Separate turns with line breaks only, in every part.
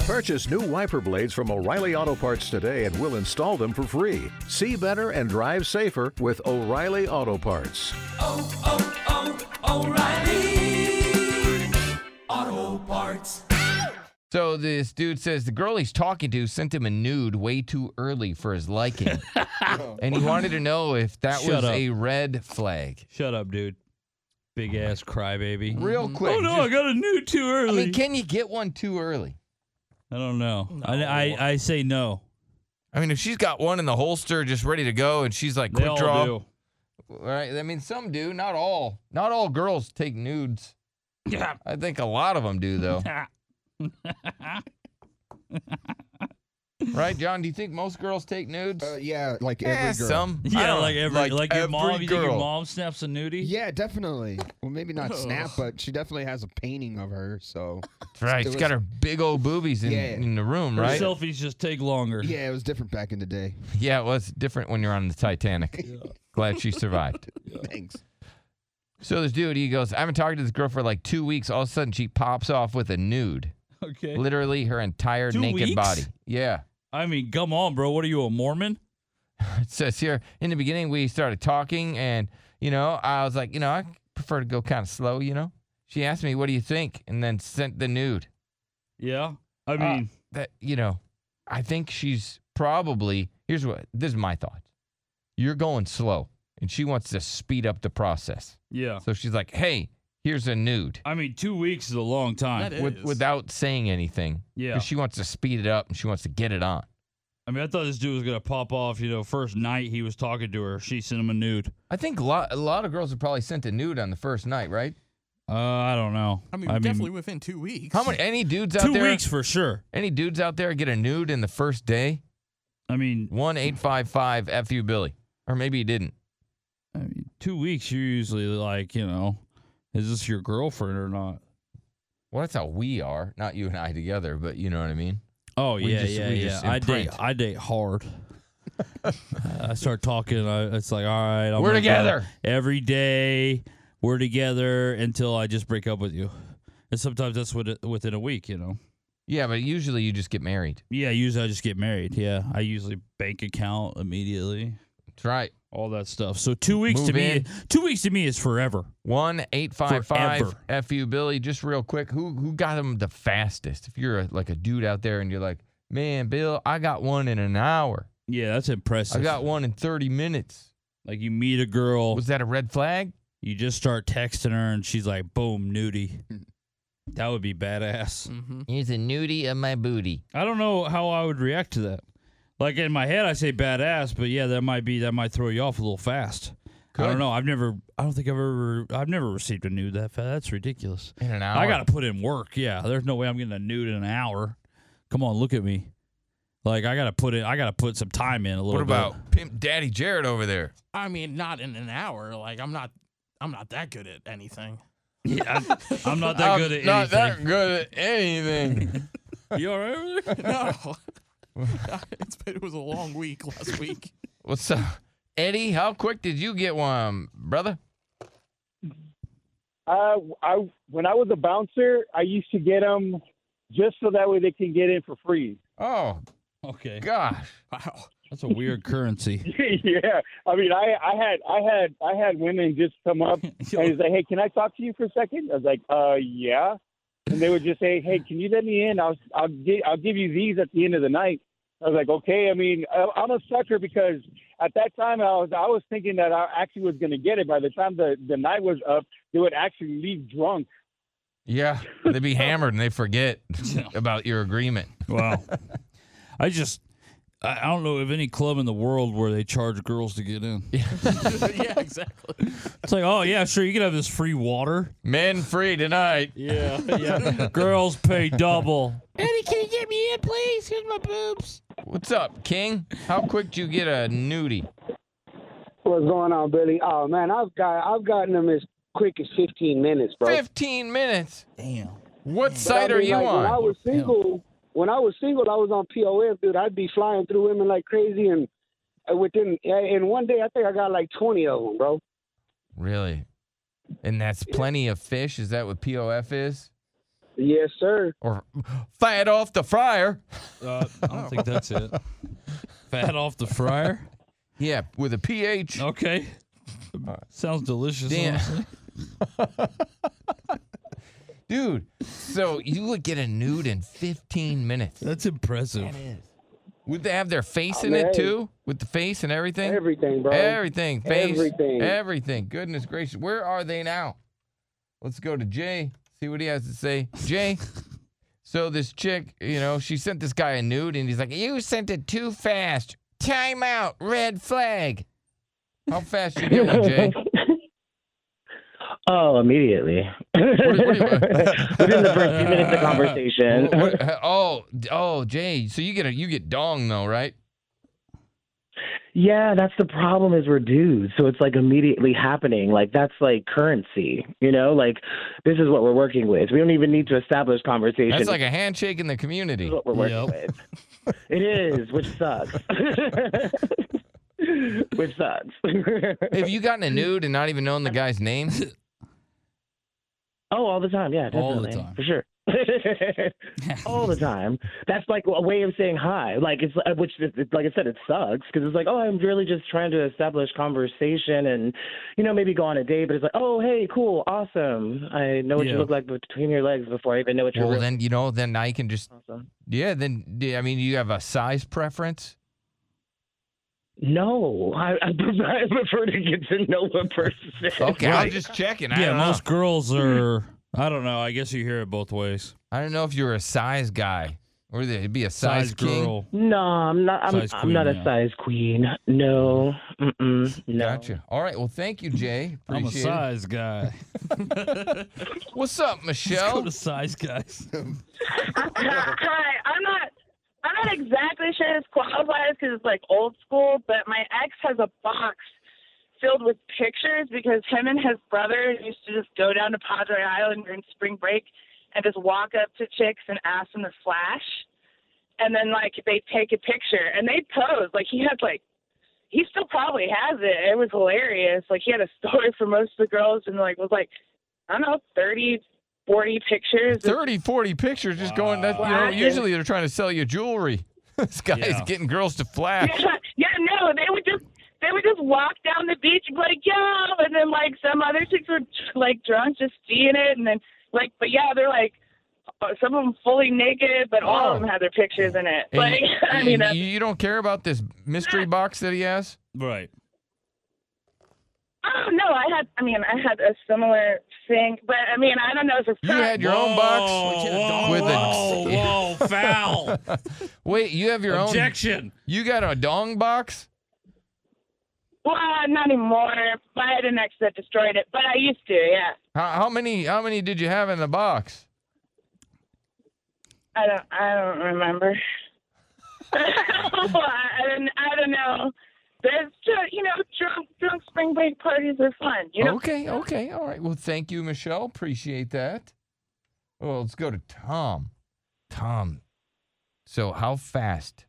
Purchase new wiper blades from O'Reilly Auto Parts today and we'll install them for free. See better and drive safer with O'Reilly Auto Parts.
oh, oh, O'Reilly. Auto parts.
So this dude says the girl he's talking to sent him a nude way too early for his liking.
Oh.
and he wanted to know if that
Shut
was
up.
a red flag.
Shut up, dude. Big ass crybaby.
Real quick.
Oh no, I got a new too
Mm-hmm. I
early. I,
mean, can you get one too early?
don't know. I, I I say no.
I mean, if she's got one in the holster just ready to go and she's like
They
quick
all
draw.
do.
Right. I mean, some do, not all. Not all girls take nudes.
Yeah.
I think a lot of them do though. right, John, do you think most girls take nudes?
Uh, yeah, like
Eh,
every girl.
some. I
Yeah,
don't-
like every like, your
every
mom. You think your
girl.
mom snaps a nudie?
Yeah, definitely. Well, maybe not snap, but she definitely has a painting of her. So
Right.
There
She's got
was-
her big old boobies in,
Yeah.
in the room,
Her
right?
selfies just take longer.
yeah, it was different back in the day.
Yeah, it was different when you're on the Titanic. Glad she survived.
Thanks.
So this dude, he goes, I haven't talked to this girl for like two weeks. All of a sudden, she pops off with a nude.
Okay.
Literally her entire
Eh. Two
naked
weeks?
body. Yeah.
I mean, come on, bro. What are you, a Mormon?
It says here, in the beginning, we started talking, and, you know, I was like, you know, I prefer to go kind of slow, you know? She asked me, what do you think? And then sent the nude.
Yeah. I mean,
That, you know, I think she's probably, here's what, this is my thought. You're going slow, and she wants to speed up the process.
yeah.
So she's like, "Hey, here's a nude,"
I mean, two weeks is a long time.
That is.
with, without saying anything.
Yeah.
'cause she wants to speed it up and she wants to get it on.
I mean, I thought this dude was gonna pop off. You know, first night he was talking to her, she sent him a nude.
I think a lot, a lot of girls have probably sent a nude on the first night, right?
Uh, I don't know.
I mean, definitely within two weeks.
How many? Any dudes out
two
there?
weeks for sure.
Any dudes out there get a nude in the first day?
I mean,
One eight five five fu Billy, or maybe you didn't.
I mean, two weeks you're usually like, you know, is this your girlfriend or not?
Well, that's how we are. Not you and I together, but you know what I mean.
Oh
We
yeah,
just-
yeah,
we
yeah.
just
I date,
imprint.
I date hard. I start talking. I, it's like, all right, I'm
We're
gonna go
together.
every day. We're together until I just break up with you, and sometimes that's with, within a week, you know.
Yeah, but usually you just get married.
Yeah, usually I just get married. Yeah, I usually bank account immediately,
That's right.
all that stuff. So two weeks to
Move
me,
in.
two weeks to me is forever.
One eight five five
Forever.
fu Billy. Just real quick, who who got them the fastest? If you're a, like a dude out there and you're like, man, Bill, I got one in an hour.
Yeah, that's impressive.
I got one in thirty minutes.
like you meet a girl,
Was that a red flag?
you just start texting her, and she's like, boom, nudie. That would be badass.
Mm-hmm.
Here's a nudie of my booty.
I don't know how I would react to that. Like in my head, I say badass, but yeah, that might be that might throw you off a little fast. I
Could.
don't know. I've never. I don't think I've ever. I've never received a nude that fast. That's ridiculous.
In an hour.
I got to put in work. Yeah, there's no way I'm getting a nude in an hour. Come on, look at me. Like I got to put in. I got to put some time in a little.
What
bit.
about Pimp Daddy Jared over there?
I mean, not in an hour. Like I'm not, I'm not that good at anything.
Yeah, I'm- I'm not that good at anything.
good at anything.
You all right over there?
No, it's been, it was a long week last week.
What's up, Eddie? How quick did you get one, brother?
Uh, I when I was a bouncer, I used to get them just so that way they can get in for free.
Oh
Okay,
gosh.
Wow.
that's a weird currency.
yeah, I mean, I, I had I had I had women just come up and was like, "Hey, can I talk to you for a second? I was like, "Uh, yeah," and they would just say, "Hey, can you let me in? I'll I'll gi- I'll give you these at the end of the night." I was like, "Okay." I mean, I, I'm a sucker because at that time I was I was thinking that I actually was going to get it. By the time the the night was up, they would actually leave drunk.
Yeah, they'd be hammered and they forget about your agreement.
Wow. I just. I I don't know of any club in the world where they charge girls to get in.
yeah, exactly.
It's like, oh yeah, sure, you can have this free water.
Men free tonight.
Yeah, yeah. Girls pay double.
What's up, King? How quick do you get a nudie?
What's going on, Billy? Oh man, I've got I've gotten them as quick as fifteen minutes, bro.
Fifteen minutes.
Damn.
What
But I
site are
mean,
you
like, When I
on?
was single, when I was single, I was on POF, dude. I'd be flying through women like crazy, and uh, within in one day, I think I got like twenty of them, bro.
Really? And that's plenty of fish. Is that what POF is?
Yes, sir.
or fat off the fryer.
Uh, I don't think that's it. Fat off the fryer.
Yeah, with a pH.
Okay. Sounds delicious.
Damn.
honestly.
Dude, so you would get a nude in 15 minutes.
That's impressive.
Would they have their face in
mean,
it
hey.
too? With the face and everything?
Everything, Oh, bro.
Everything. Face.
Everything.
Everything. Goodness gracious. Where are they now? Let's go to Jay, see what he has to say. Jay. So this chick, you know, she sent this guy a nude and he's like, You sent it too fast. Time out. Red flag. How fast you doing, Jay?
Oh, immediately.
do you-
Within the first few minutes of conversation.
Wha- wha- oh, d- oh, Jay. So you get a you get dong though, right?
yeah, that's the problem is we're dudes, so it's like immediately happening. Like that's like currency, you know? Like this is what we're working with. We don't even need to establish conversation.
That's like a handshake in the community.
this is what we're working with. It is, which sucks. which sucks.
Have you gotten a nude and not even known the guy's name?
Oh, all the time. Yeah, definitely.
All the time.
For sure. all the time. That's like a way of saying hi. Like it's uh, which it's- like I said, it sucks because it's like, oh, I'm really just trying to establish conversation and you know maybe go on a date, but it's like, oh, hey, cool, awesome. I know what
Yeah.
you look like between your legs before I even know what you're
Well,
really
then you know, then I can just
awesome.
yeah. Then d- I mean, you have a size preference.
No, I, I prefer I prefer to get to know a person.
Okay, I'm
Right.
just checking. I
Yeah,
don't
most
know.
girls are. I don't know. I guess you hear it both ways.
I don't know if you're a size guy or it'd be a size, king.
girl.
No, I'm not. I'm,
Size
I'm
queen,
not a
yeah.
size queen. No, Mm-mm, no.
Gotcha. All right. Well, thank you, Jay.
I'm a
Appreciate it.
size guy.
What's up,
Go
Michelle?
to size guys.
Hi, I'm not. I'm not exactly sure it's qualifies because it's like old school, but my ex has a box filled with pictures because him and his brother used to just go down to Padre Island during spring break and just walk up to chicks and ask them to flash, and then like they take a picture and they pose like he had like he still probably has it. It was hilarious. Like he had a story for most of the girls and like was like I don't know thirty, forty pictures. It's
30, 40 pictures just going. That, you know,
Wow.
usually they're trying to sell you jewelry. This guy's
Yeah.
getting girls to flash.
yeah, yeah, no, they would just they would just walk down the beach and be like, yeah, and then like some other chicks were like drunk, just seeing it, and then like, but yeah, they're like. uh, Some of them fully naked, but all of them had their pictures in it.
And
Like,
you-
I
and
mean, uh, that's
you, you don't care about this mystery box that he has.
Right.
Oh no, I had. I mean, I had a similar thing, but I mean, I don't know if it's.
You had your own
Oh,
box.
Whoa,
with
whoa,
a-
whoa, foul.
Wait, you have your
Objection.
own. You got a dong box.
Well, not anymore. But I had an ex that destroyed it, but I used to. Yeah,
How, how many? How many did you have in the box?
I don't. I don't remember. I don't. I don't know. There's just you know, drunk drunk spring break parties are fun. You know.
Okay, okay, all right. Well, thank you, Michelle. Appreciate that. Well, let's go to Tom. Tom, so how fast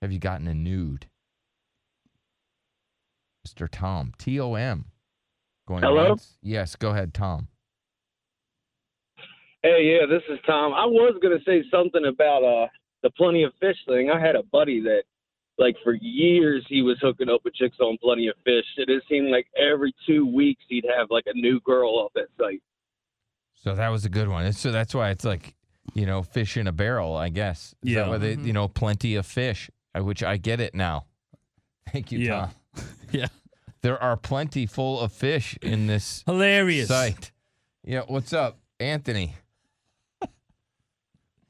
have you gotten a nude, Mister Tom? T O M. Going
Hello?
once? Yes, go ahead, Tom.
Hey, yeah, this is Tom. I was gonna say something about uh the plenty of fish thing. I had a buddy that, like, for years he was hooking up with chicks on plenty of fish. It just seemed like every two weeks he'd have like a new girl off that site.
So that was a good one. So that's why it's like, you know, fish in a barrel, I guess. Is
Yeah.
That why they,
Mm-hmm.
you know, plenty of fish, I- which I get it now. Thank you,
Yeah.
Tom.
Yeah.
There are plenty full of fish in this
Hilarious.
site. Yeah. What's up, Anthony?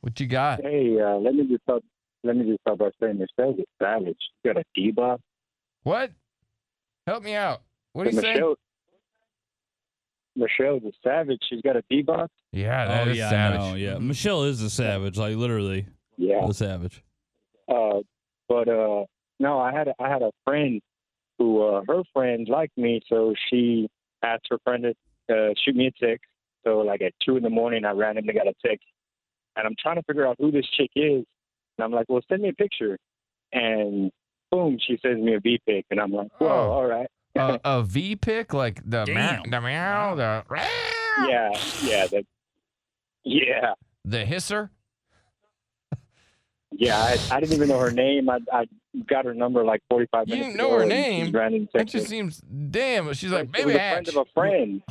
What you got?
Hey, uh, let me just start. Let me just start by saying Michelle's a savage. You got a diva.
What? Help me out. What are you saying?
Michelle. Michelle's a savage. She's got a diva.
Yeah, that
Oh
is
yeah,
savage.
I know. Yeah, Michelle is a savage. Like literally
Yeah.
a savage.
Uh, but uh, no, I had a, I had a friend who uh, her friend liked me, so she asked her friend to uh, shoot me a text. So like at two in the morning, I randomly got a text, and I'm trying to figure out who this chick is. And I'm like, well, send me a picture, and boom, she sends me a V pic, and I'm like, whoa,
Oh.
all right.
A- a V pick like the ma-
Damn.
the meow, the
yeah, yeah, that, yeah.
the hisser.
Yeah, I, I didn't even know her name. I, I got her number like 45
You
minutes
didn't
ago.
know her
and
name.
she ran in
That
Texas.
just seems damn. She's like,
She
baby,
was a friend
Hatch."
of a friend.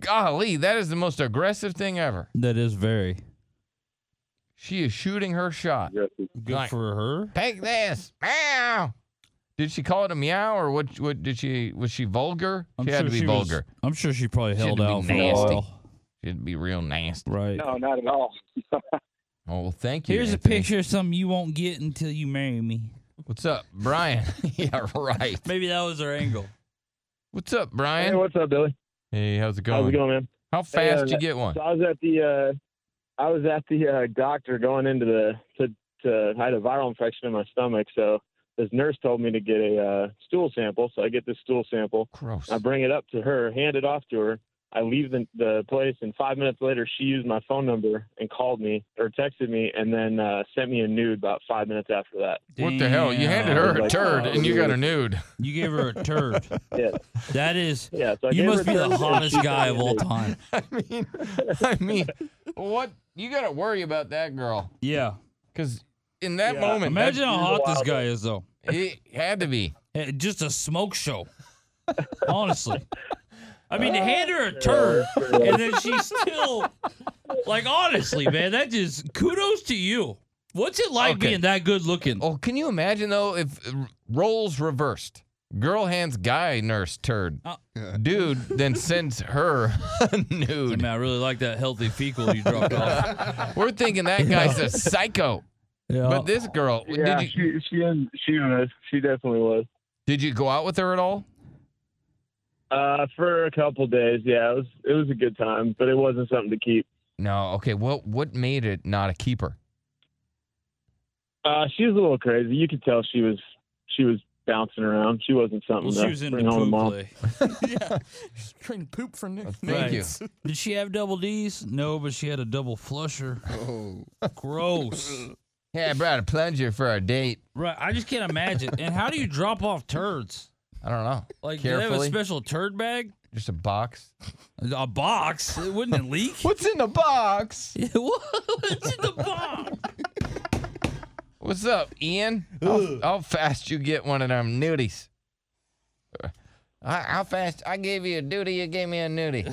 Golly, that is the most aggressive thing ever.
That is very
She is shooting her shot.
good
Like,
for her.
Take this, meow. Did she call it a meow or what? What did she? Was she vulgar? she had to be
was-
vulgar.
I'm sure she probably
She had
held
to be
out for a
nasty.
while.
She'd be real nasty.
Right.
No, not at all.
Oh, well, thank you.
Here's a
Anthony.
picture of something you won't get until you marry me.
What's up, Brian? yeah, right.
Maybe that was her angle.
What's up, Brian?
Hey, what's up, Billy?
Hey, how's it going?
How's it going, man?
How
Hey,
fast
uh,
did you get one?
So I was at the uh, I was at the uh, doctor going into the to, to I had a viral infection in my stomach, so this nurse told me to get a uh, stool sample. So I get this stool sample.
Gross.
I bring it up to her, hand it off to her. I leave the, the place, and five minutes later, she used my phone number and called me or texted me, and then uh, sent me a nude about five minutes after that.
What the hell? You handed her a
Like,
turd
oh,
and you got
dude.
a nude.
You gave her a turd.
Yeah.
That is.
Yeah, so I
you
gave
must
her
be the
turd, and
hottest
she
guy
sent
of
me a
all
nude.
time.
I mean, what? You got to worry about that girl.
Yeah.
Because in that
Yeah.
moment,
Imagine
that-
how hot this guy is, though.
He had to be.
Eh, Just a smoke show. Honestly. I mean, to hand her a turd and then she's still like, honestly, man, that just kudos to you. What's it like
Okay.
being that good looking?
Oh, can you imagine though if uh, roles reversed? Girl hands guy nurse turd. Dude then sends her a
I
nude.
mean, I really like that healthy fecal you dropped off.
We're thinking that guy's a psycho.
Yeah.
But this girl,
Yeah,
did you
she she is- she was she definitely was.
did you go out with her at all?
Uh, for a couple days, yeah, it was it was a good time, but it wasn't something to keep.
No. Okay. What what made it not a keeper?
Uh, she was a little crazy. You could tell she was she was bouncing around. She wasn't something
Well,
to
she was into
bring home to
poop
mom.
play.
yeah. She's trading poop for new.
Thank you.
nudes.
Did she have double D's? No, but she had a double flusher. Oh, gross.
Yeah, I brought a plunger for our date.
Right, I just can't imagine. And how do you drop off turds?
I don't know.
Like, do they have a
carefully,
special turd bag?
just a box.
A box? It wouldn't it leak?
What's in the box?
What's in the box?
What's up, Ian? How, how fast you get one of them nudies? Uh, How, how fast? I gave you a duty, you gave me a nudie.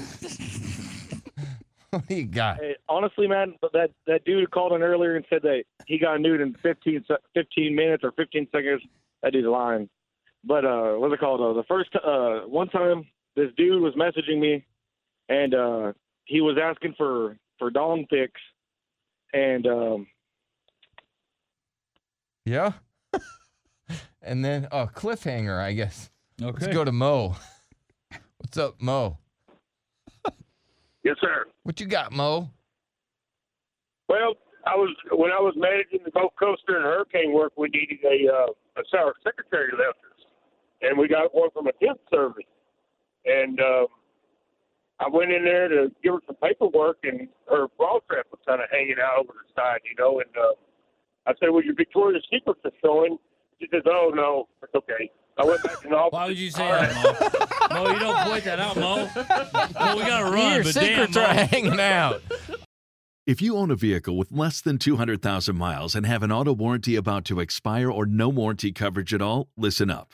what do you got?
Hey, honestly, man, but that that dude called in earlier and said that he got nude in 15, se- 15 minutes or 15 seconds. That dude's lying. But uh, what's it called? Uh, the first uh, one time, this dude was messaging me, and uh, he was asking for for dong pics, and um,
Yeah. and then a cliffhanger, I guess.
Okay.
Let's go to Mo. What's up, Mo?
Yes, sir.
What you got, Mo?
Well, I was when I was managing the Gulf Coast during hurricane work, we needed a uh, a our secretary left us, and we got one from a temp service, and um, I went in there to give her some paperwork, and her bra strap was kind of hanging out over the side, you know, and uh, I said, "Well, your Victoria's Secrets is showing." She says, "Oh no, it's okay." I went back to the office. Why would
you say that, Mo? Mo, you don't point that out, Mo. Well, we gotta run,
Your
but
secrets
damn,
are
Mo.
hanging out.
If you own a vehicle with less than 200,000 miles and have an auto warranty about to expire or no warranty coverage at all, listen up.